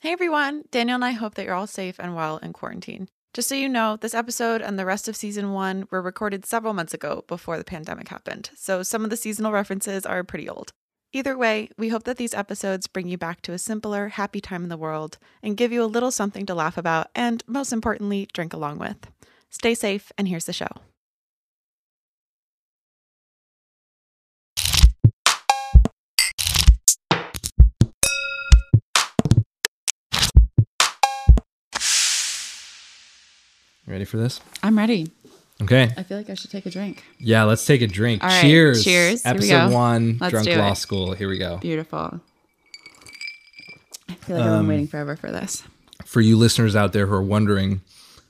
Hey everyone, Daniel and I hope that you're all safe and well in quarantine. Just so you know, this episode and the rest of season one were recorded several months ago before the pandemic happened, so some of the seasonal references are pretty old. Either way, we hope that these episodes bring you back to a simpler, happy time in the world and give you a little something to laugh about and, most importantly, drink along with. Stay safe, and here's the show. You ready for this? I'm ready. Okay. I feel like I should take a drink. Yeah, let's take a drink. All right, Cheers. cheers. Here we Episode go. one, Let's Drunk do Law it. School. Here we go. Beautiful. I feel like I've been waiting forever for this. For you listeners out there who are wondering,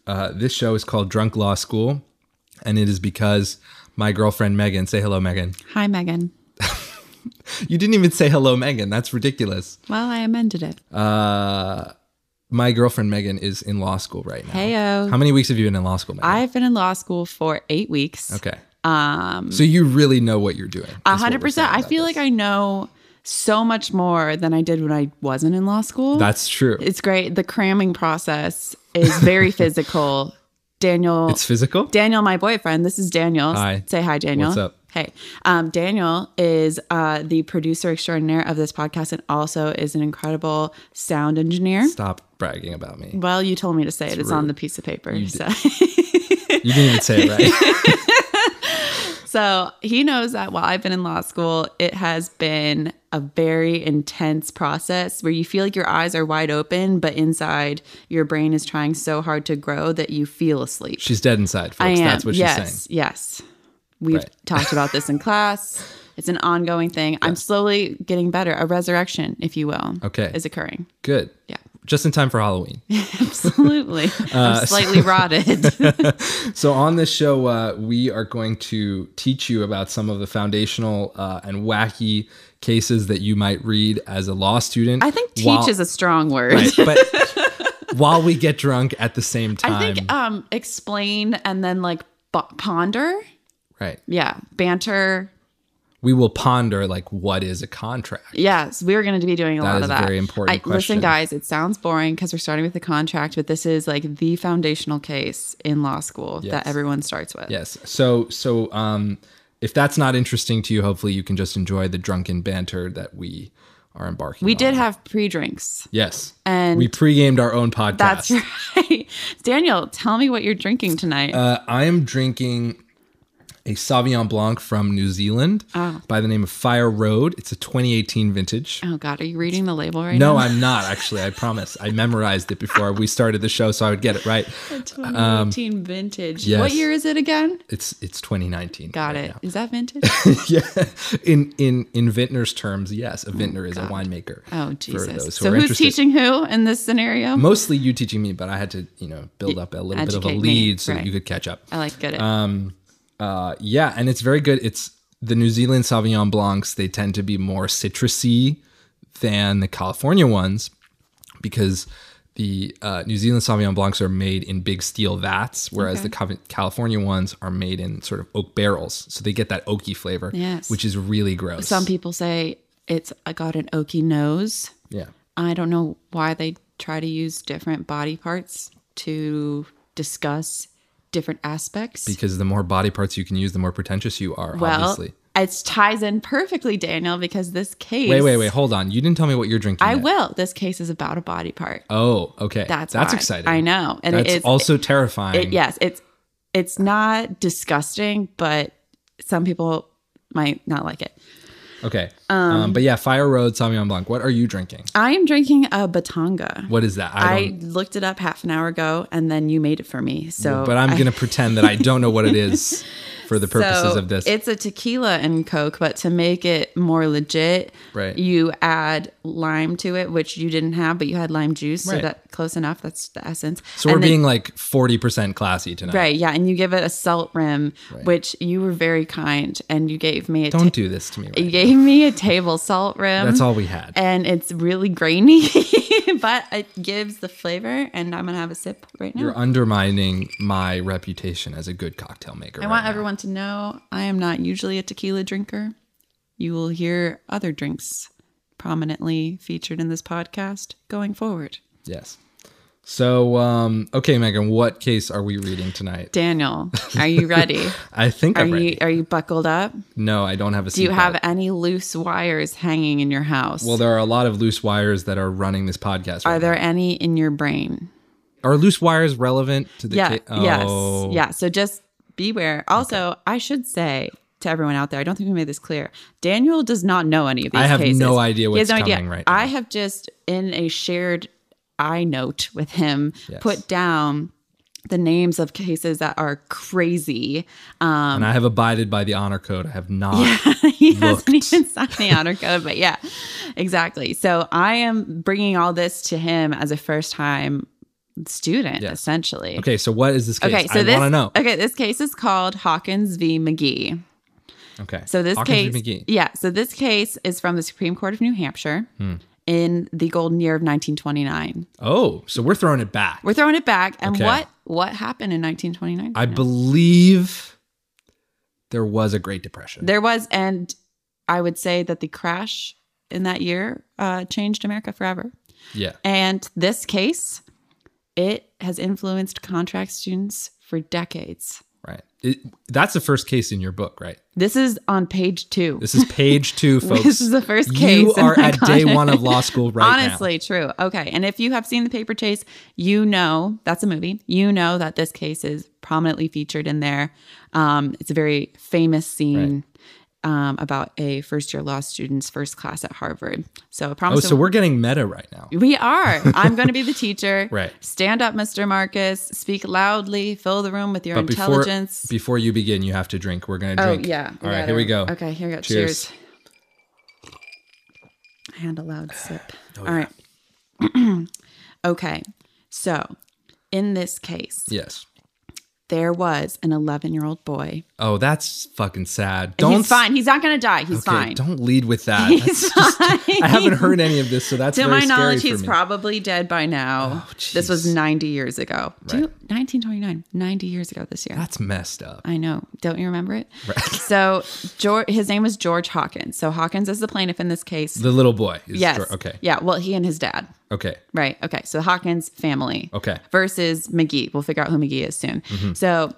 uh, this show is called Drunk Law School, and it is because my girlfriend Megan, say hello, Megan. Hi, Megan. You didn't even say hello, Megan. That's ridiculous. Well, I amended it. Oh. My girlfriend Megan is in law school right now. Heyo. How many weeks have you been in law school, Megan? I've been in law school for eight weeks. okay. Um, so you really know what you're doing. A hundred percent. I feel like I know so much more than I did when I wasn't in law school. That's true. it's great. The cramming process is very physical. Daniel It's physical. Daniel, my boyfriend. This is Daniel. Hi. Say hi, Daniel. What's up? Hey. Um, Daniel is uh, the producer extraordinaire of this podcast and also is an incredible sound engineer. Stop bragging about me. Well, you told me to say it. It's on rude. the piece of paper. So. You didn't even say it right. so he knows that while I've been in law school, it has been a very intense process where you feel like your eyes are wide open, but inside your brain is trying so hard to grow that you feel asleep. she's dead inside, folks. I am. That's what yes, she's saying. Yes. We've Right. talked about this in class. It's an ongoing thing. I'm slowly getting better. A resurrection, if you will, Okay. is occurring. Good. Yeah. Just in time for Halloween. Absolutely. Uh, I'm slightly rotted. so, on this show, uh, we are going to teach you about some of the foundational uh, and wacky cases that you might read as a law student. I think teach while- is a strong word. Right, but while we get drunk at the same time. I think um, explain and then like b- ponder. right. Yeah. Banter. We will ponder, like, what is a contract? Yes, we were going to be doing a is lot of a that. very important question. Listen, guys, it sounds boring because we're starting with the contract, but this is like the foundational case in law school Yes. that everyone starts with. Yes. So, so, um, if that's not interesting to you, hopefully you can just enjoy the drunken banter that we are embarking We on. did have pre drinks. Yes. And- we pre-gamed our own podcast. That's right. Daniel, tell me what you're drinking tonight. Uh, I am drinking a Sauvignon Blanc from New Zealand Ah. by the name of Fire Road. It's a 2018 vintage. oh God, are you reading the label right No, now? I'm not actually. I promise. I memorized it before we started the show, so I would get it right. No, 2018 vintage. um, yes. What year is it again? It's it's 2019. right Got it. Is now. that vintage? yeah. In in in vintner's terms, yes, a vintner is a winemaker. Oh for Jesus. those who so are who's interested. teaching who in this scenario? Mostly you teaching me, but I had to you know build up a little bit of a Educate me, lead so that right. you could catch up. I like good. Uh, yeah, and it's very good. It's the New Zealand Sauvignon Blancs. They tend to be more citrusy than the California ones because the uh, New Zealand Sauvignon Blancs are made in big steel vats, whereas the Cav- California ones are made in sort of oak barrels. So they get that oaky flavor, Yes. which is really gross. Some people say it's I got an oaky nose. yeah, I don't know why they try to use different body parts to discuss different aspects. because the more body parts you can use, the more pretentious you are. well, obviously. it ties in perfectly, Daniel, because this case Wait, wait, wait. Hold on. You didn't tell me what you're drinking. I yet. will. This case is about a body part. Oh, okay. That's that's why. exciting. I know, and That's it's also terrifying. it, yes, it's it's not disgusting, but some people might not like it. Okay. Um, but yeah, Fire Road Sauvignon Blanc. What are you drinking? I am drinking a batanga. What is that? I, don't. looked it up half an hour ago, and then you made it for me. So, but I'm gonna pretend that I don't know what it is for the purposes so of this. It's a tequila and coke, but to make it more legit, Right. you add lime to it, which you didn't have, but you had lime juice. Right. So that close enough. That's the essence. so we're And then- being like 40% classy tonight. Right, yeah, and you give it a salt rim, which you were very kind, and you gave me a ta- Don't do this to me. Right you gave me a table salt rim. That's all we had. and it's really grainy, but it gives the flavor. And I'm gonna have a sip right now. You're undermining my reputation as a good cocktail maker. I want everyone to know I am not usually a tequila drinker. You will hear other drinks prominently featured in this podcast going forward. Yes. So, um, okay, Megan, what case are we reading tonight? Daniel, are you ready? I think Are I'm ready. you are you buckled up? no, I don't have a Do you seatbelt. have any loose wires hanging in your house? Well, there are a lot of loose wires that are running this podcast. Right are there any in your brain? now. Are loose wires relevant to the yeah. ca- Oh. Yes. Yeah. So just beware. Also, I should say to everyone out there, I don't think we made this clear. Daniel does not know any of these. I have cases. no idea He has what's no coming right I now. have just in a shared I note with him Yes. put down the names of cases that are crazy. Um, And I have abided by the honor code. I have not. he hasn't looked. even signed the honor code, but yeah, exactly. So I am bringing all this to him as a first time student, Yes. essentially. Okay, so what is this case? Okay, so I this want to know. okay, this case is called Hawkins v. McGee. Okay. So this Hawkins v. case, McGee. yeah, so this case is from the Supreme Court of New Hampshire Hmm. in the golden year of 1929. Oh, so we're throwing it back. We're throwing it back, and Okay. what what happened in 1929? I believe there was a Great Depression. There was, and I would say that the crash in that year uh, changed America forever. yeah. And this case, it has influenced contract students for decades. Right. It, that's the first case in your book, right? This is on page two. This is page two, folks. This is the first case. You in are my at day college. one of law school right now. Honestly, true. Okay. And if you have seen The Paper Chase, you know that's a movie. You know that this case is prominently featured in there. Um, it's a very famous scene um, about a first year law student's first class at Harvard. So I Oh, promise so we're getting meta right now. We are. I'm going to be the teacher. Right. Stand up, Mr. Marcus. Speak loudly. Fill the room with your But before intelligence. before you begin, you have to drink. We're gonna oh drink. yeah. All right, gotta- here we go. Okay, here we go. Cheers. Cheers. I had a loud sip. Oh, All right. okay. So, in this case, Yes. there was an 11 year old boy. Oh, that's fucking sad. And Don't he's fine. He's not going to die. He's Okay, fine. don't lead with that. He's That's just- fine. I haven't heard any of this, so that's to very my knowledge, scary he's for me. probably dead by now. Oh, this was jeez. 90 years ago. Do you- Right. 1929, 90 years ago this year. that's messed up. I know. Don't you remember it? So George, his name is George Hawkins. So Hawkins is the plaintiff in this case. The little boy. Is yes. dr- Okay. Yeah. Well, he and his dad. Okay. Right. Okay. So the Hawkins family. Okay. Mm-hmm. Versus McGee. We'll figure out who McGee is soon. So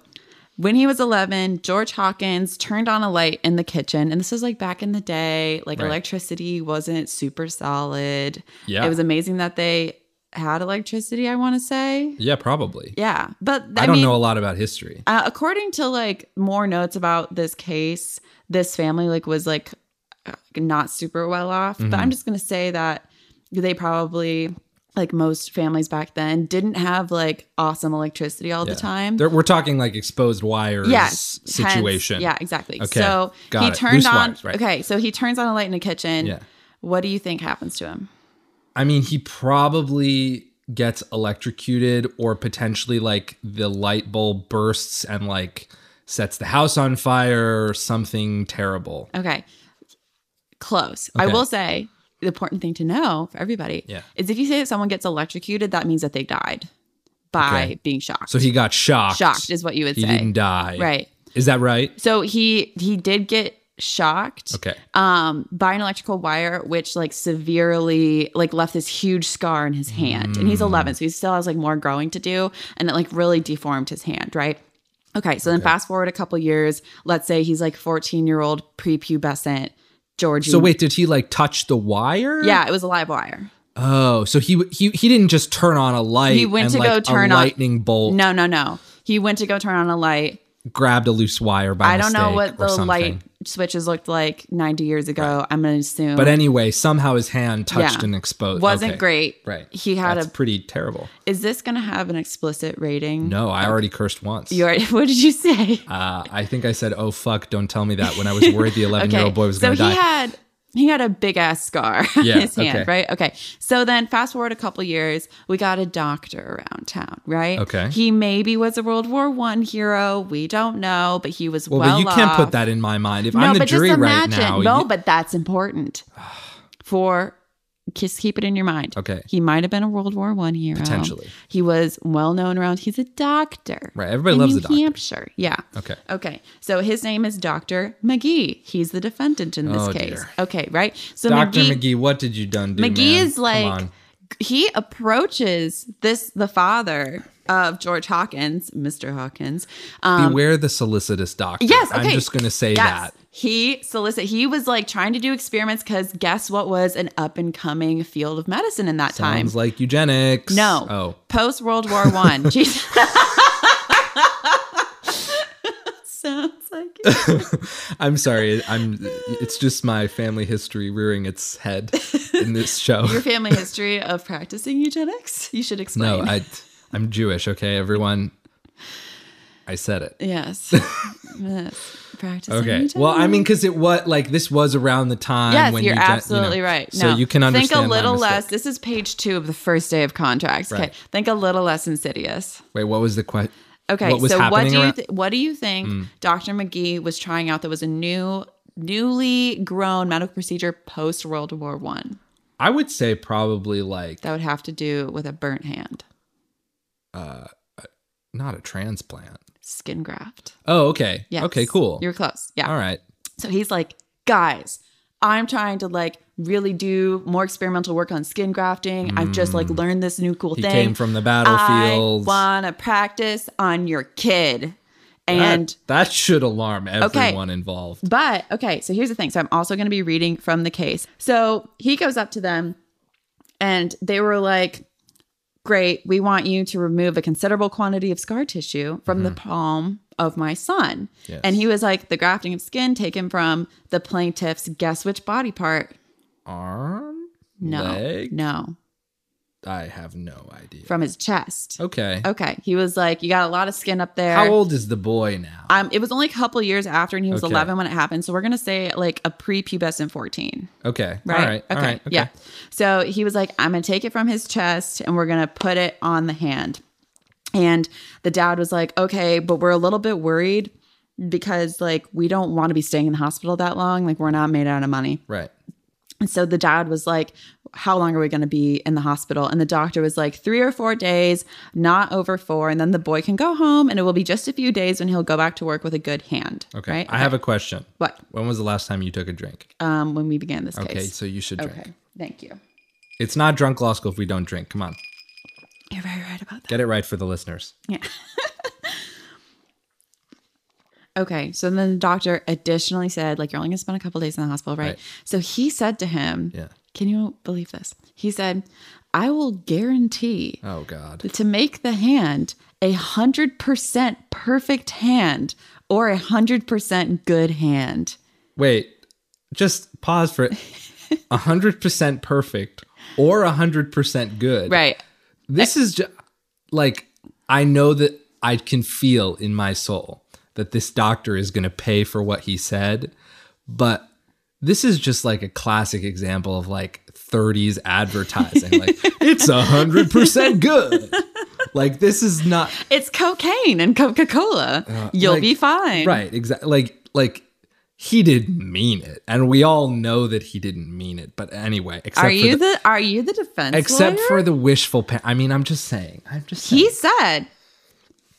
when he was 11, George Hawkins turned on a light in the kitchen. And this was like back in the day, like Right. electricity wasn't super solid. Yeah. It was amazing that they had electricity, I want to say. Yeah, probably. Yeah. But I, I, don't mean, know a lot about history. uh, according to like more notes about this case, this family like was like uh, not super well off. But Mm-hmm. I'm just gonna say that they probably like most families back then didn't have like awesome electricity all Yeah. the time. There- we're talking like exposed wires Mm. Yes, hence- situation. yeah, exactly. Okay, So got he it. turned Loose on. wires, right. Okay, so he turns on a light in the kitchen. Yeah. What do you think happens to him? I mean, he probably gets electrocuted or potentially like the light bulb bursts and like sets the house on fire or something terrible. Okay. Close. I Okay. will say the important thing to know for everybody Yeah. is if you say that someone gets electrocuted, that means that they died by Okay. being shocked. So he got shocked. shocked is what you would He say. didn't die. Right. Is that right? So he he did get shocked Okay. um by an electrical wire which like severely like left this huge scar in his hand and Hmm. he's 11 so he still has like more growing to do and it like really deformed his hand right okay so then fast forward a couple years let's say he's like 14 year old prepubescent georgie So wait, did he like touch the wire? Mm. yeah it was a live wire Oh, so he he he didn't just turn on a light. He went and, to like, go turn a on- lightning bolt. no no no he went to go turn on a light Grabbed a loose wire by i don't know mistake what or the something. light switches looked like 90 years ago i'm gonna assume But anyway, somehow his hand touched Yeah. and exposed. wasn't okay. great Right. he had That's a pretty terrible. Is this going to have an explicit rating? No, I already cursed once. You already, what did you say? uh, I think I said, "Oh fuck, don't tell me that." When I was worried the eleven-year-old boy was so going he to die. had he had a big ass scar on Yeah, his hand, okay. right? Okay. So then fast forward a couple years, we got a doctor around town, right? Okay. He maybe was a World War One hero. We don't know, but he was well. well, but you can't off. put that in my mind. If no, I'm the but jury just right imagine. now, no, you- but that's important. For just keep it in your mind. Okay. He might have been a World War One hero. Potentially. He was well known around. He's a doctor. Right, everybody in loves New a doctor. Hampshire. Yeah. okay, Okay. So his name is Dr. McGee. He's the defendant in this Oh, case. dear. Okay, right? So Doctor McGee McGee, what did you done do? McGee man? is Come like on. he approaches this the father of George Hawkins, Mr. Hawkins. Um, Beware the solicitous doctor. Yes, okay. I'm just going to say Yes. that. He solicit. He was like trying to do experiments because guess what was an up and coming field of medicine in that time? Sounds like eugenics. No. Oh, Post World War One. Jesus. Sounds like it. I'm sorry. I'm. It's just my family history rearing its head in this show. your family history of practicing eugenics. You should explain. no, I. I'm Jewish. Okay, everyone. I said it. yes. yes. Practicing. Okay. eugenics. Well, I mean, because it was like this was around the time. Yes, when you're eugen- you know, absolutely right. No, So you can understand. Think a my little mistake. less. This is page two of the first day of contracts. Okay. Right. Think a little less insidious. Wait, what was the question? Okay. What was so what happening do you around- Mm. th- what do you think Dr. McGee was trying out that was a new newly grown medical procedure post World War One I would say probably like that would have to do with a burnt hand not a transplant. skin graft? Oh, okay. Yes. Okay, cool. You're close. Yeah. All right. So he's like, guys, I'm trying to like really do more experimental work on skin grafting. I've just like learned this new cool Mm. He thing. came from the battlefields. I want to practice on your kid. That- And that, should alarm Okay. everyone involved. but okay, so here's the thing. So I'm also going to be reading from the case. So he goes up to them and they were like, Great, we want you to remove a considerable quantity of scar tissue from the palm of my son. Mm-hmm. Yes. And he was like, The grafting of skin taken from the plaintiff's guess which body part? Arm? No. Leg? No. I have no idea. From his chest. okay. Okay. He was like, You got a lot of skin up there. Oh. How old is the boy now? Um, it was only a couple years after, and he was Okay. 11 when it happened. So we're gonna say like a prepubescent 14, okay. right? All right. Okay. All right. Okay. Yeah. So he was like, "I'm gonna take it from his chest, and we're gonna put it on the hand." And the dad was like, "Okay, but we're a little bit worried because like we don't want to be staying in the hospital that long. Like we're not made out of money." Right. And so the dad was like, How long are we going to be in the hospital? And the doctor was like, Three or four days, not over four. And then the boy can go home and it will be just a few days when he'll go back to work with a good hand. Okay. Right. I have a question. What? When was the last time you took a drink? Um, when we began this Okay, case. so you should drink. Okay. Thank you. It's not drunk law school if we don't drink. Come on. You're very right about that. Get it right for the listeners. Okay. So then the doctor additionally said, like, you're only going to spend a couple days in the hospital, right? Right. So he said to him, Yeah. Can you believe this? He said, I will guarantee Oh God. to make the hand a hundred percent perfect hand or a hundred percent good hand. Wait. Just pause for a hundred percent perfect or a hundred percent good. Right. This is just like I know that I can feel in my soul that this doctor is going to pay for what he said, but this is just like a classic example of like 30s advertising. like it's a hundred percent good. Like this is not It's cocaine and Coca Cola. You'll Uh, like- be fine. right. Exactly. Like like he didn't mean it, and we all know that he didn't mean it. But anyway, except Are for you the, the, are you the defense except lawyer? for the wishful. Pa- I mean, I'm just saying. I'm just saying. he said,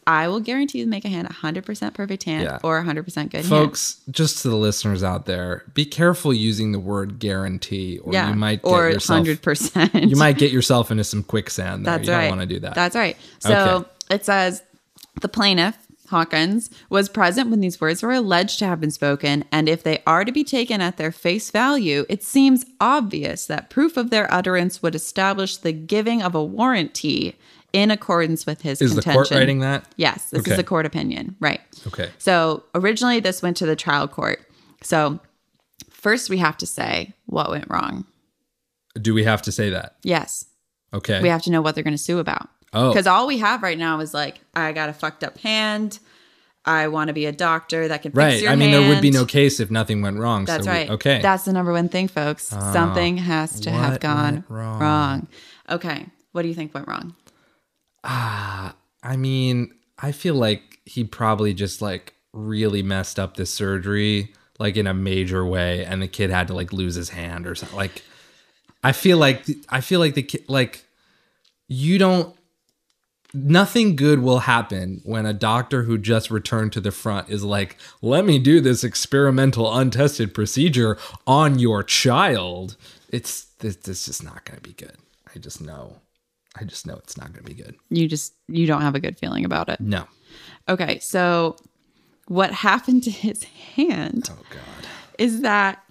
"I will guarantee you to make a hand a hundred percent perfect hand Yeah. or a hundred percent good hand." folks just to the listeners out there be careful using the word guarantee or Yeah, you might get or yourself hundred percent. you might get yourself into some quicksand there. That's you right. don't want to do that That's right. So Okay. it says the plaintiff, Hawkins, was present when these words were alleged to have been spoken, and if they are to be taken at their face value, it seems obvious that proof of their utterance would establish the giving of a warranty in accordance with his is the contention. court writing that Yes, this is Okay. a court opinion, right? okay So originally, this went to the trial court. So first, we have to say what went wrong. do we have to say that Yes, okay we have to know what they're going to sue about. oh Because all we have right now is like, I got a fucked up hand. I want to be a doctor that can fix right your i mean there would be hand. no case if nothing went wrong That's so we- right. okay Ah, That's the number one thing, folks. Something has to have what gone went wrong. wrong? Okay. What do you think went wrong? ah i mean i feel like he probably just like really messed up this surgery like in a major way and the kid had to like lose his hand or something like i feel like i feel like the kid like you don't nothing good will happen when a doctor who just returned to the front is like let me do this experimental untested procedure on your child it's this, this is not going to be good I just know. I just know it's not going to be good. You just you don't have a good feeling about it. No. Okay, so what happened to his hand Oh God. is that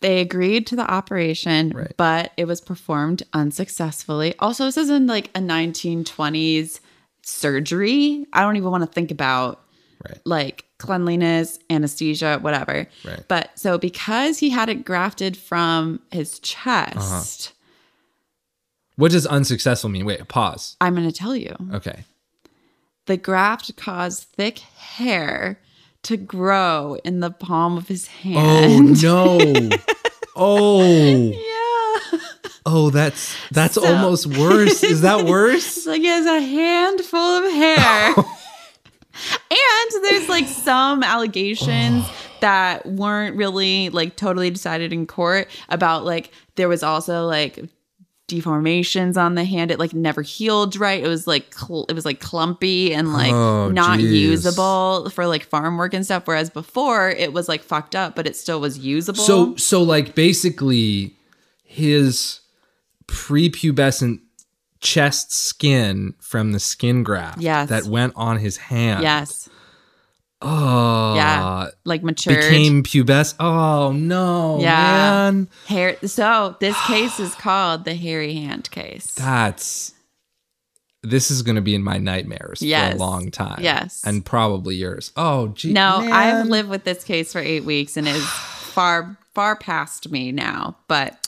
they agreed to the operation, Right. but it was performed unsuccessfully. Also, this is in like a 1920s surgery. I don't even want to think about Right. like cleanliness, anesthesia, whatever. Right. But so because he had it grafted from his Uh-huh. chest, What does unsuccessful mean? Wait. Pause. I'm going to tell you Okay. the graft caused thick hair to grow in the palm of his hand. Oh, no. oh. Yeah. Oh, that's that's So- almost worse. Is that It's worse? like he has a handful of hair. and there's like some allegations that weren't really like totally decided in court about like there was also like deformations on the hand it like never healed right it was like cl- it was like clumpy and like Oh, not geez. usable for like farm work and stuff whereas before it was like fucked up but it still was usable So so like basically his prepubescent chest skin from the skin graft Yes. that went on his hand. yes Oh. Yeah. like matured Became pubescent. Oh no, Yeah. man. hair so this case is called the hairy hand case That's this is going to be in my nightmares Yes. for a long time. Yes. And probably yours. Oh, gee. No, I've man. lived with this case for eight weeks and it is far, far past me now. But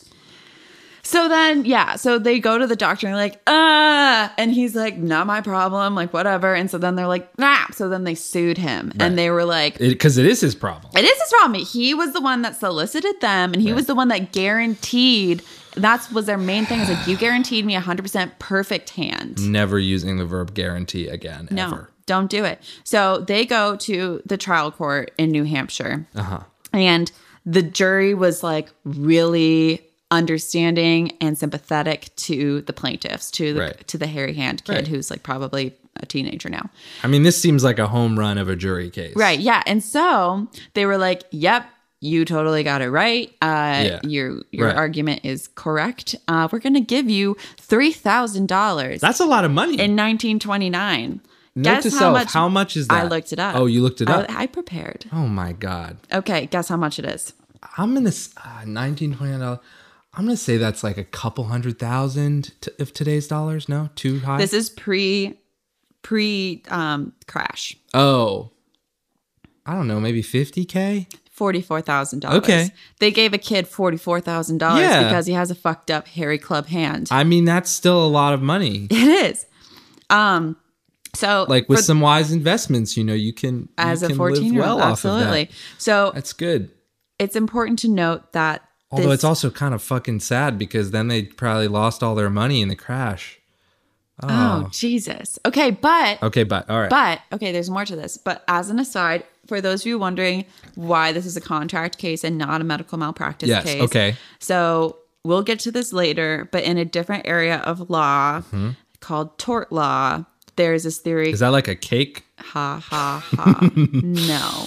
so then, yeah, so they go to the doctor and they're like, uh, and he's like, not my problem, like whatever. And so then they're like, nah. So then they sued him Right. and they were like, Because it is his problem. it is his problem. He was the one that solicited them, and he was the one that guaranteed. That was their main thing. Is like you guaranteed me a hundred percent perfect hand. Never using the verb guarantee again. No, Ever. don't do it. So they go to the trial court in New Hampshire. Uh-huh. And the jury was like really understanding and sympathetic to the plaintiffs, to the Right. to the hairy hand kid Right. who's like probably a teenager now. I mean, this seems like a home run of a jury case. Right. Yeah. And so they were like, "Yep, you totally got it right. Uh, Yeah. Your your Right. argument is correct. Uh, we're gonna give you three thousand dollars That's a lot of money. in 1929. Note guess to how self, much how much is I that? looked it up. Oh, you looked it up? I, I prepared. oh my God. Okay, guess how much it is. I'm going to, uh, 19 dollars. I'm going to say that's like a couple hundred thousand t- of today's dollars. No, too high. This is pre pre um crash. oh, I don't know, maybe 50K? Forty-four thousand dollars. Okay. They gave a kid forty-four thousand dollars Yeah. because he has a fucked up hairy club hand. I mean, that's still a lot of money. it is. Um so Like with for- some wise investments, you know, you can you as a can live 14 year old, well off of that. absolutely. So That's good. it's important to note that Although this- it's also kind of fucking sad because then they probably lost all their money in the crash. Oh, Jesus. Okay, but Okay, but all right. But okay, there's more to this. But as an aside, for those of you wondering why this is a contract case and not a medical malpractice Yes, case. okay. So we'll get to this later, but in a different area of law called tort law, there's this theory. Mm-hmm. Is that like a cake? ha ha ha. no.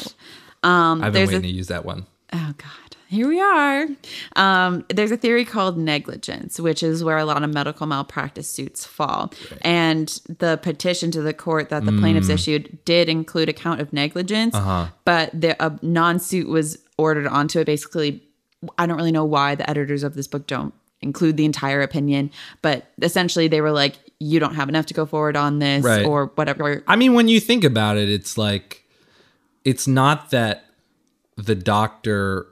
I've been Um, there's waiting a- to use that one. Oh God. Here we are. Um, there's a theory called negligence, which is where a lot of medical malpractice suits fall. And the petition to the court that the plaintiffs issued did include a count of negligence, but the, a non-suit was ordered onto it. Basically, I don't really know why the editors of this book don't include the entire opinion, but essentially they were like, "You don't have enough to go forward on this," Right. or whatever. I mean, when you think about it, it's like it's not that the doctor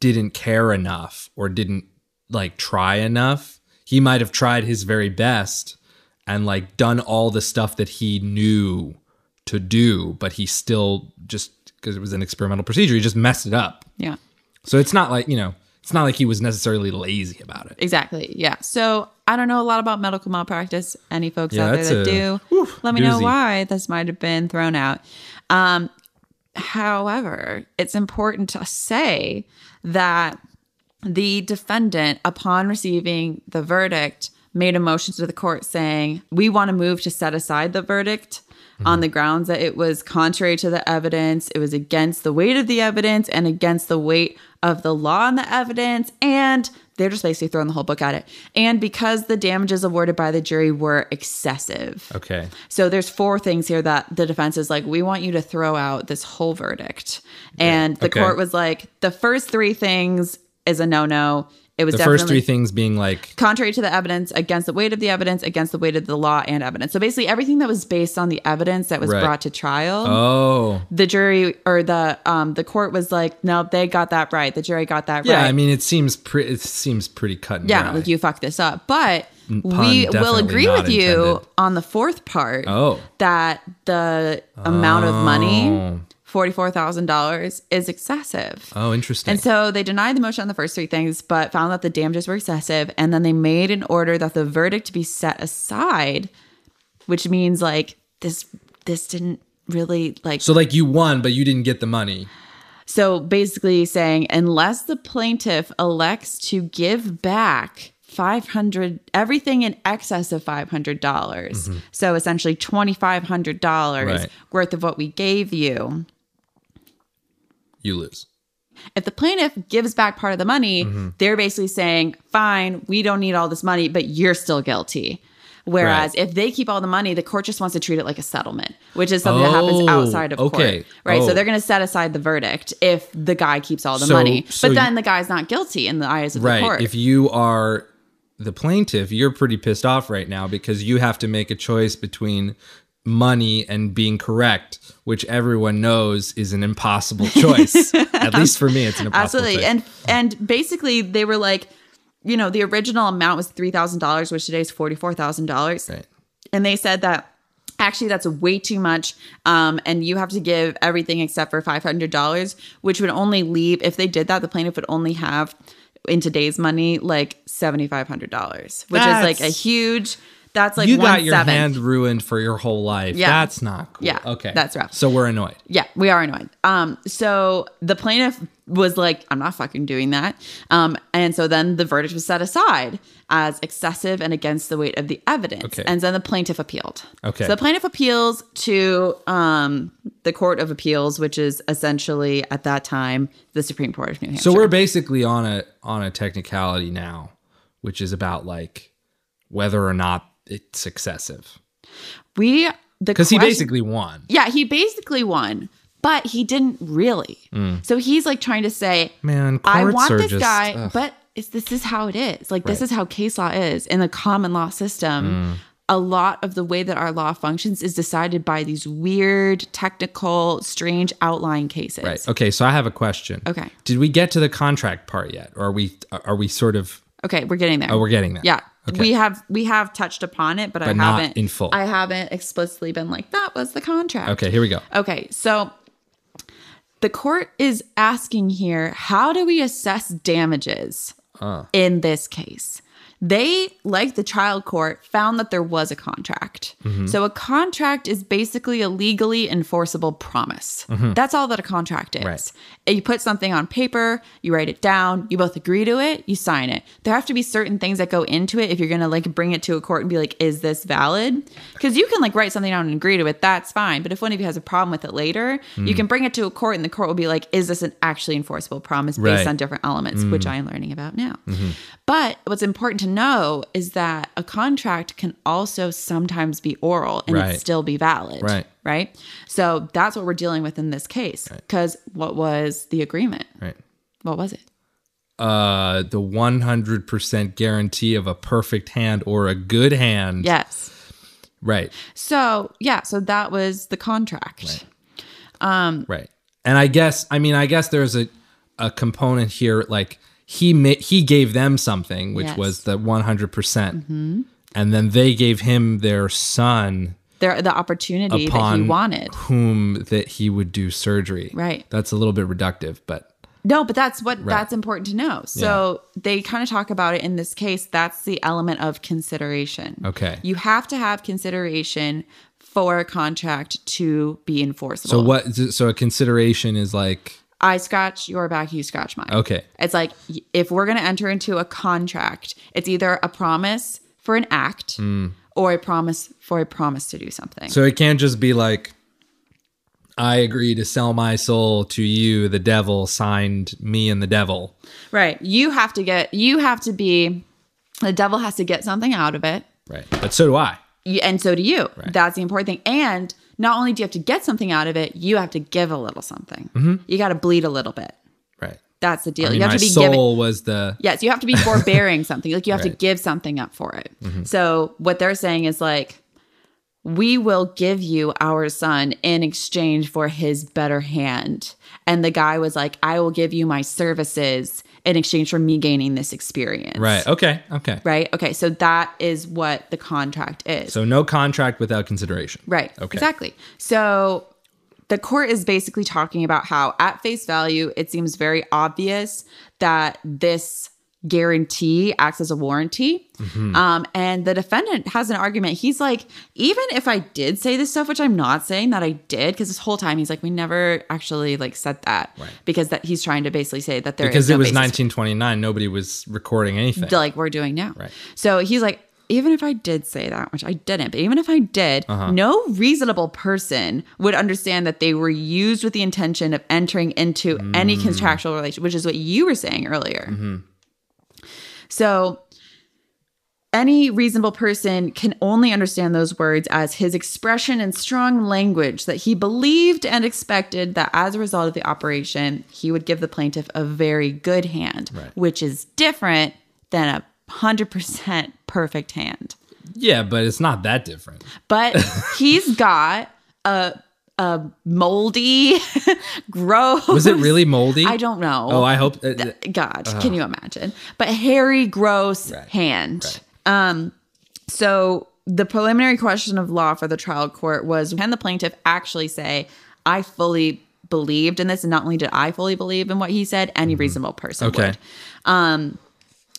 didn't care enough or didn't like try enough. He might have tried his very best and like done all the stuff that he knew to do, but he still just because it was an experimental procedure, he just messed it up. Yeah. So it's not like, you know, it's not like he was necessarily lazy about it. Exactly. Yeah. So I don't know a lot about medical malpractice. Any folks Yeah, out there that's that a- do, whew, let me know doozy. why this might have been thrown out. Um, however, it's important to say that the defendant, upon receiving the verdict, made a motion to the court saying, We want to move to set aside the verdict on the grounds that it was contrary to the evidence, it was against the weight of the evidence and against the weight of the law and the evidence, and They're just basically throwing the whole book at it. And because the damages awarded by the jury were excessive. Okay. So there's four things here that the defense is like, we want you to throw out this whole verdict. And the Okay. court was like, the first three things is a no no. It was The definitely first three things being like, contrary to the evidence, against the weight of the evidence, against the weight of the law and evidence. So basically, everything that was based on the evidence that was Right. brought to trial, oh, the jury or the um the court was like, no, they got that right. The jury got that yeah. right. I mean, it seems pretty. It seems pretty cut and yeah, dry. like you fucked this up, but Mm, pun we will definitely agree not with you intended. on the fourth part Oh, that the amount of money, Oh. forty four thousand dollars, is excessive. oh, interesting. And so they denied the motion on the first three things, but found that the damages were excessive. And then they made an order that the verdict be set aside, which means like this this didn't really like so, So like you won, but you didn't get the money. basically saying unless the plaintiff elects to give back 500 everything in excess of $500 dollars so essentially $2500 Right. worth of what we gave you You lose. If the plaintiff gives back part of the money, Mm-hmm. they're basically saying, fine, we don't need all this money, but you're still guilty. Whereas if they keep all the money, the court just wants to treat it like a settlement, which is something that happens Oh, outside of court. okay. Right. So Oh. they're going to set aside the verdict if the guy keeps all the So- money. so but you- then the guy's not guilty in the eyes of Right. the court. If you are the plaintiff, you're pretty pissed off right now because you have to make a choice between money and being correct, which everyone knows is an impossible choice. At least for me, it's an impossible Absolutely. choice. And Mm-hmm. and basically they were like, you know, the original amount was $3,000, which today is $44,000. Right. and they said that actually that's way too much um, and you have to give everything except for $500 which would only leave if they did that the plaintiff would only have in today's money like $7500 which is like a That's- huge that's like you one got your seventh. hand ruined for your whole life. Yeah. That's not cool. Yeah, Okay. that's rough. So we're annoyed. Yeah, we are annoyed. Um, so the plaintiff was like, I'm not fucking doing that. Um, and so then the verdict was set aside as excessive and against the weight of the evidence. Okay. And then the plaintiff appealed. Okay. So the plaintiff appeals to um, the Court of Appeals, which is essentially at that time the Supreme Court of New Hampshire. So we're basically on a on a technicality now, which is about like whether or not it's excessive. we, the Because he question- basically won. yeah, he basically won, but he didn't really. So he's like trying to say, Mm. Man, I courts want are this just- guy, ugh. but it's, this is how it is. Like, this is how case law is in the common law Mm. system. A lot of the way that our law functions is decided by these weird, technical, strange outlying cases. Right. Okay. So I have a question. Okay. Did we get to the contract part yet, or are we are we sort of? Okay, we're getting there. Oh, we're getting there. yeah. Okay. We have we have touched upon it, but, I But not haven't in full. I haven't explicitly been like that was the contract. okay. Here we go. Okay, so the court is asking here how do we assess damages in this case? They, like the trial court, found that there was a contract. So a contract is basically a legally enforceable promise. That's all that a contract is. Right. You put something on paper, you write it down, you both agree to it, you sign it. There have to be certain things that go into it if you're gonna like bring it to a court and be like, is this valid? Because you can like write something down and agree to it, that's fine. But if one of you has a problem with it later, you can bring it to a court and the court will be like, is this an actually enforceable promise based Right. Mm. Mm-hmm. on different elements, which I am learning about now. But what's important to know is that a contract can also sometimes be oral and Right. it still be valid Right. right? So that's what we're dealing with in this case. Because what was the agreement? Right. What was it? Uh, the one hundred percent guarantee of a perfect hand or a good hand. Yes. Right. So yeah, so that was the contract. Right. And I guess I mean I guess there's a a component here like he ma- he gave them something which Yes. Mm-hmm. was the one hundred percent, and then they gave him their son There, the opportunity that he upon wanted. whom that he would do surgery. Right. That's a little bit reductive, but No, but that's what that's important to know. So they kind of talk about it in this case. That's the element of consideration. Okay. You have to have consideration for a contract to be enforceable. So what? So a consideration is like I scratch your back, you scratch mine. okay, It's like y- if we're going to enter into a contract, it's either a promise for an act Hmm. or a promise for a promise to do something. so it can't just be like I agree to sell my soul to you, the devil, signed me and the devil. Right. You have to get, you have to be, the devil has to get something out of it. Right. But so do I. You- And so do you. That's the important thing. And not only do you have to get something out of it, you have to give a little something. You got to bleed a little bit. Right. That's the deal. Mm-hmm. I mean, you have my to be soul giving. was the Yes, you have to be forbearing something. Like you have to Right. Mm-hmm. give something up for it. So what they're saying is like, we will give you our son in exchange for his better hand. And the guy was like, I will give you my services in exchange for me gaining this experience. right. Okay. Okay. Right. Okay. So that is what the contract is. So no contract without consideration. Right. Okay. Exactly. So the court is basically talking about how, at face value, it seems very obvious that this guarantee acts as a warranty. Mm-hmm. Um, and the defendant has an argument. He's like, even if I did say this stuff, which I'm not saying that I did, because this whole time he's like, we never actually like said that, right. because that he's trying to basically say that there is Because no it was basis for 1929, nobody was recording anything. the- like we're doing now. Right. So he's like, even if I did say that, which I didn't, but even if I did, no reasonable person would understand that they were used with the intention of entering into any contractual relation, which is what you were saying earlier. So any reasonable person can only understand those words as his expression and strong language that he believed and expected that as a result of the operation, he would give the plaintiff a very good hand, Right. which is different than a 100% perfect hand. yeah, but it's not that different. But he's got a, a moldy, gross. Was it really moldy? I don't know. Oh, I hope. uh, God, can you imagine? But hairy, gross hand. Um, so the preliminary question of law for the trial court was: Can the plaintiff actually say, "I fully believed in this," and not only did I fully believe in what he said, any reasonable person uh, Okay. would.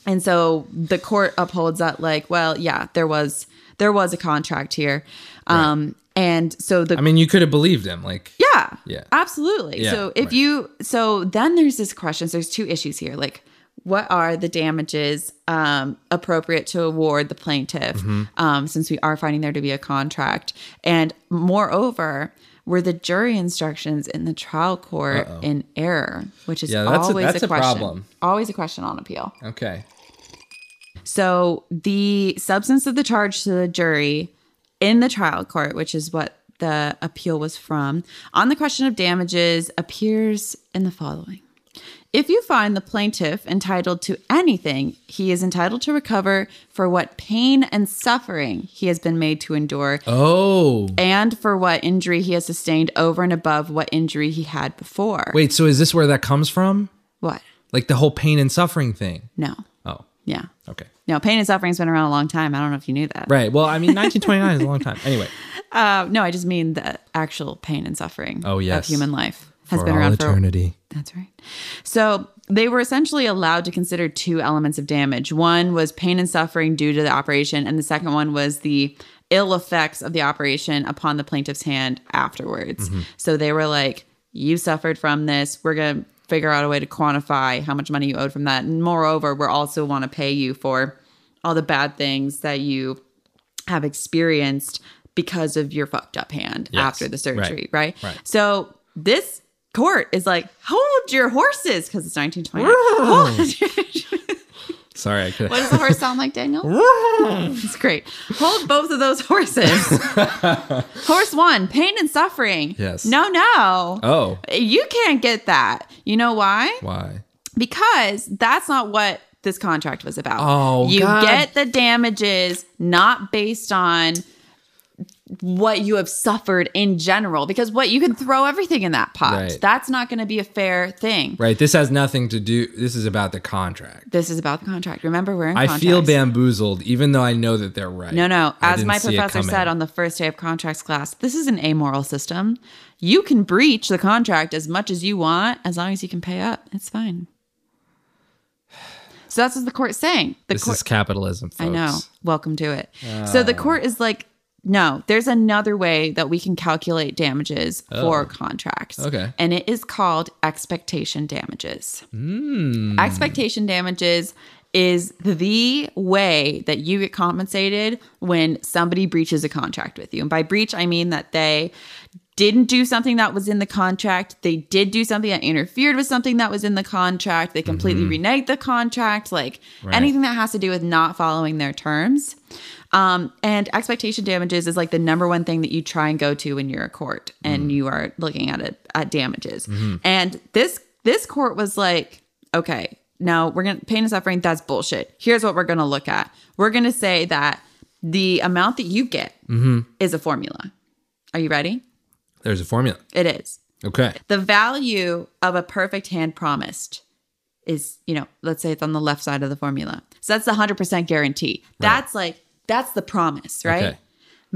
And so the court upholds that, like, well, yeah, there was there was a contract here, um, and so the I mean, you could have believed him. Like, yeah. Yeah. Absolutely. Yeah, so if right. you so then there's this question. So there's two issues here. Like what are the damages um, appropriate to award the plaintiff Mm-hmm. um, since we are finding there to be a contract? And moreover, were the jury instructions in the trial court in error, which is Yeah, that's a- always that's a question. problem. Always a question on appeal. okay. So the substance of the charge to the jury in the trial court, which is what the appeal was from, on the question of damages appears in the following. If you find the plaintiff entitled to anything, he is entitled to recover for what pain and suffering he has been made to endure Oh. and for what injury he has sustained over and above what injury he had before. Wait, so is this where that comes from? What? Like the whole pain and suffering thing? No. Oh, Yeah. okay. No, pain and suffering's been around a long time. I don't know if you knew that. Right. Well, I mean, 1929 is a long time. Anyway, Uh, no, I just mean the actual pain and suffering Oh, of yes. human life has for been all around eternity. for That's right. So they were essentially allowed to consider two elements of damage. One was pain and suffering due to the operation, and the second one was the ill effects of the operation upon the plaintiff's hand afterwards. Mm-hmm. So they were like, You suffered from this. We're going to figure out a way to quantify how much money you owed from that. And moreover, we're also want to pay you for all the bad things that you have experienced because of your fucked up hand Yes. after the surgery, right. Right. So this court is like, hold your horses, because it's 1920. Hold- Sorry, I could what does the horse sound like, Daniel? it's great. Hold both of those horses. Horse one, pain and suffering. Yes. No, no. Oh, You can't get that. You know why? why? Because that's not what this contract was about. Oh, you God. get the damages not based on what you have suffered in general, because what you can throw everything in that pot. Right. That's not going to be a fair thing. Right. This has nothing to do. This is about the contract. This is about the contract. Remember, we're in. I feel contracts. bamboozled, even though I know that they're right. No, no. I As didn't my see it professor coming. said on the first day of contracts class, this is an amoral system. You can breach the contract as much as you want, as long as you can pay up. It's fine. So that's what the court's saying. The this court, is capitalism. Folks. Oh. I know. Welcome to it. so the court is like, no, there's another way that we can calculate damages for contracts. Oh. Okay. And it is called expectation damages. Expectation damages is the way that you get compensated when somebody breaches a contract with you. And by breach, I mean that they didn't do something that was in the contract. They did do something that interfered with something that was in the contract. They completely reneged the contract, like Right. anything that has to do with not following their terms. Um, and expectation damages is like the number one thing that you try and go to when you're a court and you are looking at it at damages. And this this court was like, okay, no, we're gonna pain and suffering. That's bullshit. Here's what we're gonna look at. We're gonna say that the amount that you get is a formula. Are you ready? There's a formula. It is. Okay. The value of a perfect hand promised is, you know, let's say it's on the left side of the formula. So that's the 100% guarantee. That's like, that's the promise, right? Okay.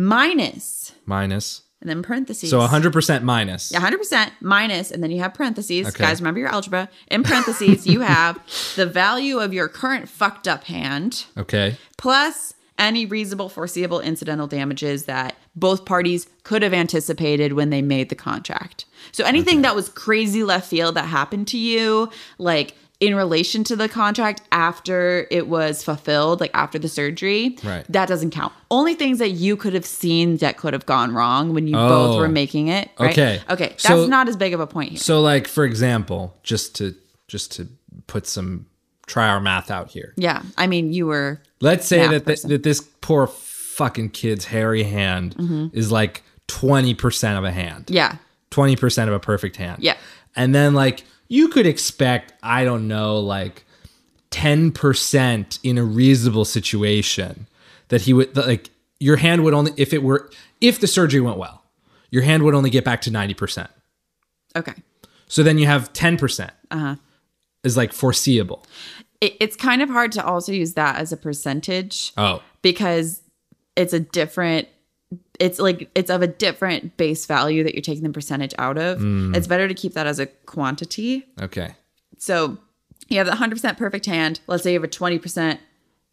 Minus, Minus. and then parentheses. So 100% minus. Yeah, 100% minus, and then you have parentheses. Okay. Guys, remember your algebra. In parentheses, you have the value of your current fucked up hand Okay. plus any reasonable foreseeable incidental damages that both parties could have anticipated when they made the contract. So anything that was crazy left field that happened to you, like in relation to the contract after it was fulfilled, like after the surgery, Right. that doesn't count. Only things that you could have seen that could have gone wrong when you Oh. both were making it. Right? Okay. Okay. That's So- not as big of a point here. So like for example, just to just to put some try our math out here. Yeah. I mean, you were Let's say Math that th- person. that this poor fucking kid's hairy hand Mm-hmm. is like 20% of a hand. yeah. 20% of a perfect hand. Yeah. And then like you could expect, I don't know, like 10% in a reasonable situation that he would that, like your hand would only if it were if the surgery went well, your hand would only get back to 90%. Okay. So then you have 10% Uh-huh. is like foreseeable. It, it's kind of hard to also use that as a percentage. Oh, because it's a different it's like it's of a different base value that you're taking the percentage out of. Mm. It's better to keep that as a quantity. okay. So you have the 100% perfect hand. Let's say you have a 20%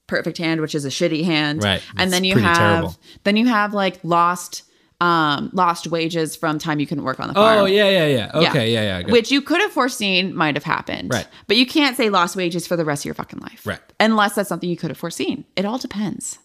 perfect hand, which is a shitty hand. Right. And then It's you pretty have terrible. then you have like lost um lost wages from time you couldn't work on the farm. Oh, yeah, yeah, yeah. Okay, yeah, yeah. good. Which you could have foreseen might have happened. Right. But you can't say lost wages for the rest of your fucking life. Right. Unless that's something you could have foreseen. It all depends.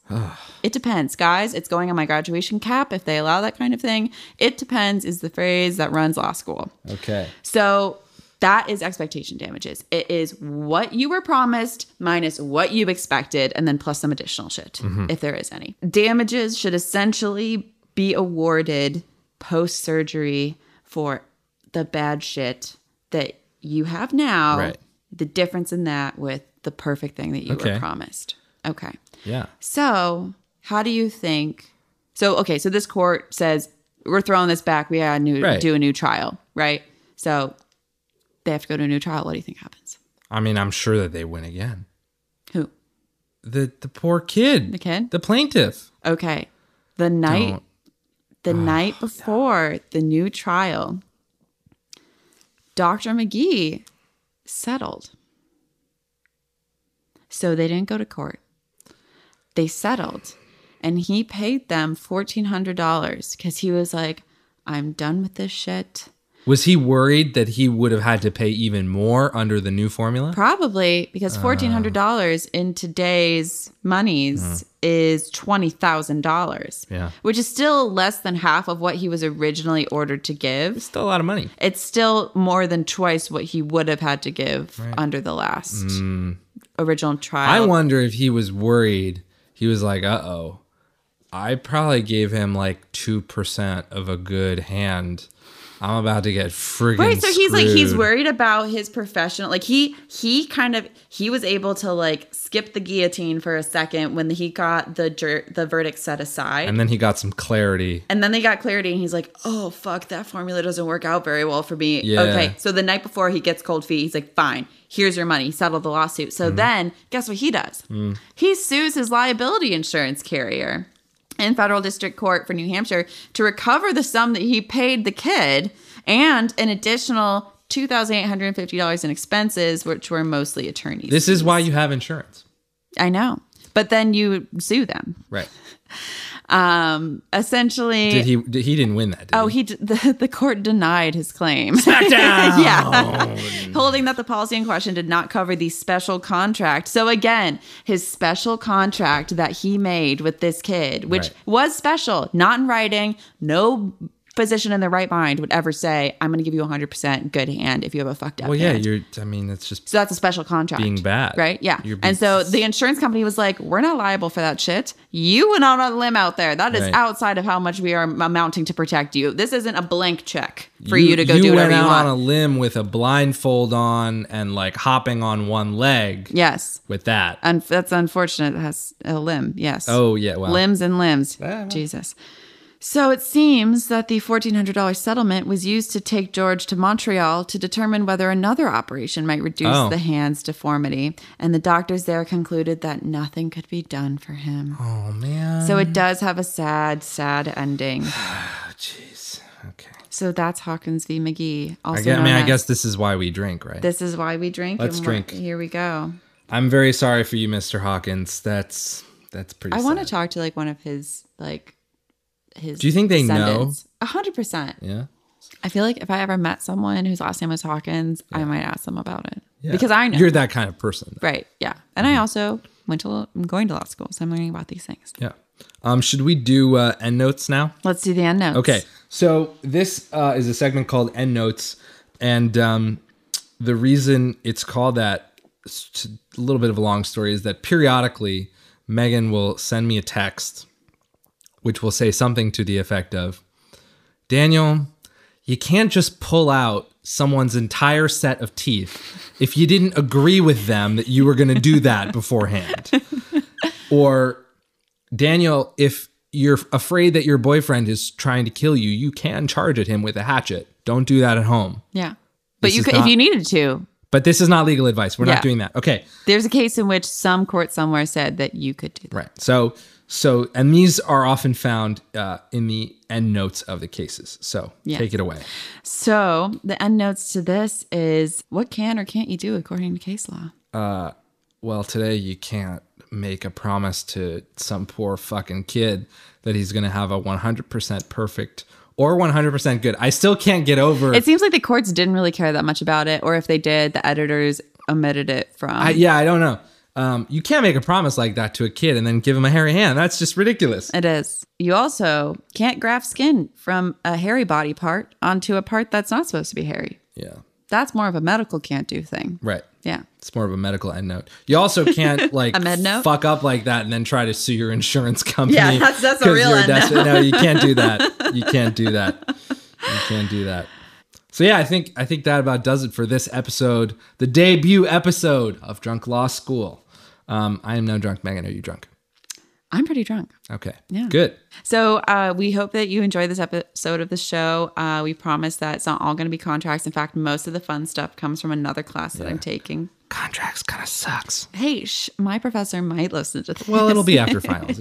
it depends, guys. It's going on my graduation cap if they allow that kind of thing. It depends is the phrase that runs law school. okay. So that is expectation damages. It is what you were promised minus what you expected, and then plus some additional shit, Mm-hmm. if there is any. Damages should essentially be awarded post surgery for the bad shit that you have now. Right. The difference in that with the perfect thing that you Okay. were promised. Okay. Yeah. So, how do you think? So, okay, so this court says we're throwing this back. We gotta new, Right. do a new trial, right? So, they have to go to a new trial. What do you think happens? I mean, I'm sure that they win again. Who? The the poor kid. The kid? The plaintiff. Okay, the night, Don't. the night before the new trial, Doctor McGee settled. So they didn't go to court. They settled and he paid them $1,400 because he was like, I'm done with this shit. Was he worried that he would have had to pay even more under the new formula? Probably because $1,400 in today's monies is $20,000, Yeah. which is still less than half of what he was originally ordered to give. Still a lot of money. It's still more than twice what he would have had to give under the last original Mm. I trial. wonder if he was worried. He was like, uh oh, I probably gave him like 2% of a good hand. I'm about to get friggin' Right, so he's like he's screwed. worried about his professional. Like he he kind of he was able to like skip the guillotine for a second when he got the jur- the verdict set aside. And then he got some clarity. And then they got clarity, and he's like, "Oh fuck, that formula doesn't work out very well for me." Yeah. Okay, so the night before he gets cold feet, he's like, "Fine, here's your money, settle the lawsuit." Mm-hmm. So then, guess what he does? Mm. He sues his liability insurance carrier in federal district court for New Hampshire to recover the sum that he paid the kid and an additional two thousand eight hundred and fifty dollars in expenses, which were mostly attorneys. This is why you have insurance. I know, but then you sue them. Right. Um, essentially, Did he did, he didn't win that, did Oh, he? he d- the, the court denied his claim. Smackdown! yeah. Holding that the policy in question did not cover the special contract. So again, his special contract that he made with this kid, which Right. was special, not in writing, no physician in their right mind would ever say, I'm going to give you 100% good hand if you have a fucked up Well, yeah, hand. you're. I mean, it's just so that's a special contract. being bad, Right? Yeah. You're being- And so the insurance company was like, we're not liable for that shit. You went out on a limb out there. That is Right. outside of how much we are amounting to protect you. This isn't a blank check for you, to go do whatever went you out want. on a limb with a blindfold on and like hopping on one leg yes. with that. And that's unfortunate. It has a limb. Yes. oh yeah, well, limbs and limbs. well. Jesus. So it seems that the $1,400 settlement was used to take George to Montreal to determine whether another operation might reduce Oh. the hand's deformity. And the doctors there concluded that nothing could be done for him. Oh man. So it does have a sad, sad ending. Oh, Jeez. okay. So that's Hawkins v. McGee. Also, I, guess, I known mean, I as- guess this is why we drink, right? this is why we drink. Let's and why- drink. Here we go. I'm very sorry for you, Mr. Hawkins. That's that's pretty. I want to sad. talk to like one of his like his. Do you think they know? descendants. A hundred percent. Yeah. I feel like if I ever met someone whose last name was Hawkins, I might ask them about it Yeah. because I know. you're Mm-hmm. that kind of person. right. Yeah. And I also went to I'm going to law school, so I'm learning about these things. Yeah. Um, should we do uh, end notes now? Let's do the end notes. Okay. So this uh, is a segment called End Notes, and um, the reason it's called that, it's a little bit of a long story, is that periodically Megan will send me a text, which will say something to the effect of, "Daniel, you can't just pull out." Someone's entire set of teeth, if you didn't agree with them that you were going to do that beforehand, or Daniel, if you're afraid that your boyfriend is trying to kill you, you can charge at him with a hatchet. Don't do that at home. Yeah. But This you is could, if not- you needed to, But this is not legal advice. We're Yeah. not doing that. Okay. there's a case in which some court somewhere said that you could do that. Right. So, so, and these are often found uh, in the end notes of the cases. So Yeah. take it away. So the end notes to this is what can or can't you do according to case law? Well, today you can't make a promise to some poor fucking kid that he's going to have a 100% perfect or 100% good. I still can't get over It seems like the courts didn't really care that much about it, or if they did, the editors omitted it from. I, yeah, I don't know. Um, you can't make a promise like that to a kid and then give him a hairy hand. That's just ridiculous. it is. You also can't graft skin from a hairy body part onto a part that's not supposed to be hairy. Yeah, That's more of a medical can't do thing. right. Yeah. It's more of a medical end note. You also can't like A med note? fuck up like that and then try to sue your insurance company. Yeah, that's- that's a 'cause real you're end note. desperate. No, you can't do that. You can't do that. You can't do that. So yeah, I think I think that about does it for this episode, the debut episode of Drunk Law School. Um, I am now drunk. Megan, are you drunk? I'm pretty drunk. Okay. Yeah. Good. So uh, we hope that you enjoy this episode of the show. Uh, we promise that it's not all going to be contracts. In fact, most of the fun stuff comes from another class that I'm taking. Contracts kind of sucks. Hey, sh- my professor might listen to this. Well, it'll be after finals.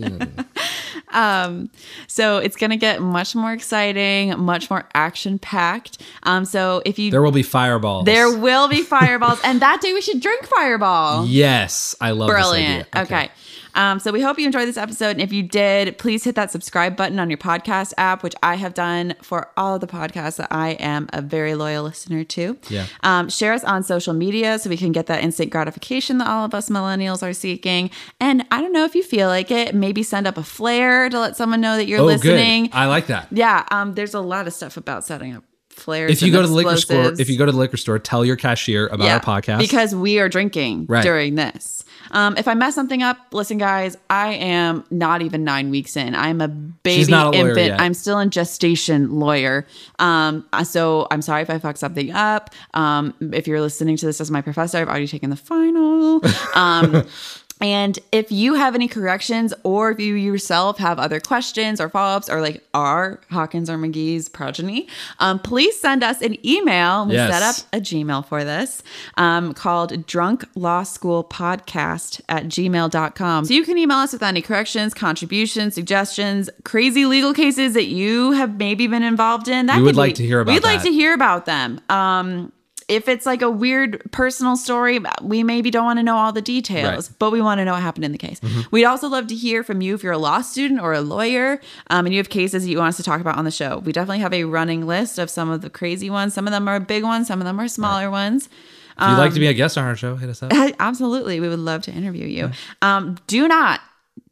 so it's going to get much more exciting, much more action packed. Um, so if you, There there, will be fireballs. will be fireballs, and that day we should drink fireball. Yes, I love Brilliant. This idea. Okay. Um, so we hope you enjoyed this episode. And if you did, please hit that subscribe button on your podcast app, which I have done for all of the podcasts that I am a very loyal listener to. Yeah. Um, share us on social media so we can get that instant gratification that all of us millennials are seeking. And I don't know if you feel like it, maybe send up a flare to let someone know that you're Oh, listening. good. I like that. yeah. Um, there's a lot of stuff about setting up flares. If you and go to the liquor store, explosives if you go to the liquor store, tell your cashier about our podcast. because we are drinking Right. during this. Um, if I mess something up, listen, guys, I am not even nine weeks in. I'm a baby not a lawyer infant. yet. I'm still in gestation lawyer. Um, uh, so I'm sorry if I fucked something up. Um, if you're listening to this as my professor, I've already taken the final. Um, And if you have any corrections or if you yourself have other questions or follow ups or like are Hawkins or McGee's progeny, um, please send us an email. We Yes. set up a Gmail for this um, called Drunk Law School Podcast at gmail.com. So you can email us with any corrections, contributions, suggestions, crazy legal cases that you have maybe been involved in. That We would could like to hear about We'd like that. to hear about them. Um, if it's like a weird personal story, we maybe don't want to know all the details, Right. Mm-hmm. but we want to know what happened in the case. We'd also love to hear from you if you're a law student or a lawyer um, and you have cases that you want us to talk about on the show. We definitely have a running list of some of the crazy ones. Some of them are big ones, some of them are smaller ones. if you'd like to be um, a guest on our show, hit us up. Absolutely. We would love to interview you. Um, do not,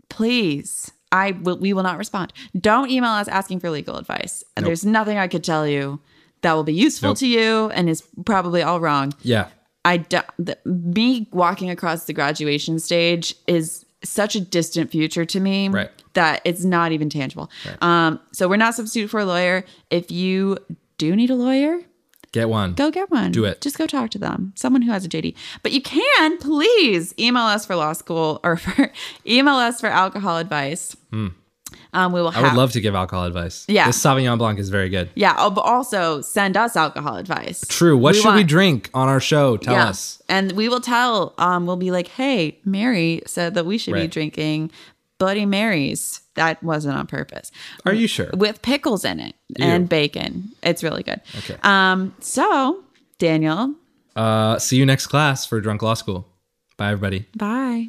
please, I will, we will not respond. Don't email us asking for legal advice. And Nope. There's nothing I could tell you that will be useful Nope. to you and is probably all wrong. Yeah. I do, the, me walking across the graduation stage is such a distant future to me Right. that it's not even tangible. Um, so we're not substitute for a lawyer. If you do need a lawyer, Get one. go get one. Do it. Just go talk to them. Someone who has a JD. But you can please email us for law school or for email us for alcohol advice. Um, we will. Hmm. I would love to give alcohol advice. Yeah. This Sauvignon Blanc is very good. Yeah, oh, but also send us alcohol advice. True. What should we want- drink on our show? Tell yeah. us. And we will tell, um, we'll be like, hey, Mary said that we should be Right. drinking Bloody Marys. That wasn't on purpose. Are you sure? With pickles in it Ew. and bacon. It's really good. Okay. Um, so, Daniel, Uh, see you next class for Drunk Law School. Bye, everybody. bye.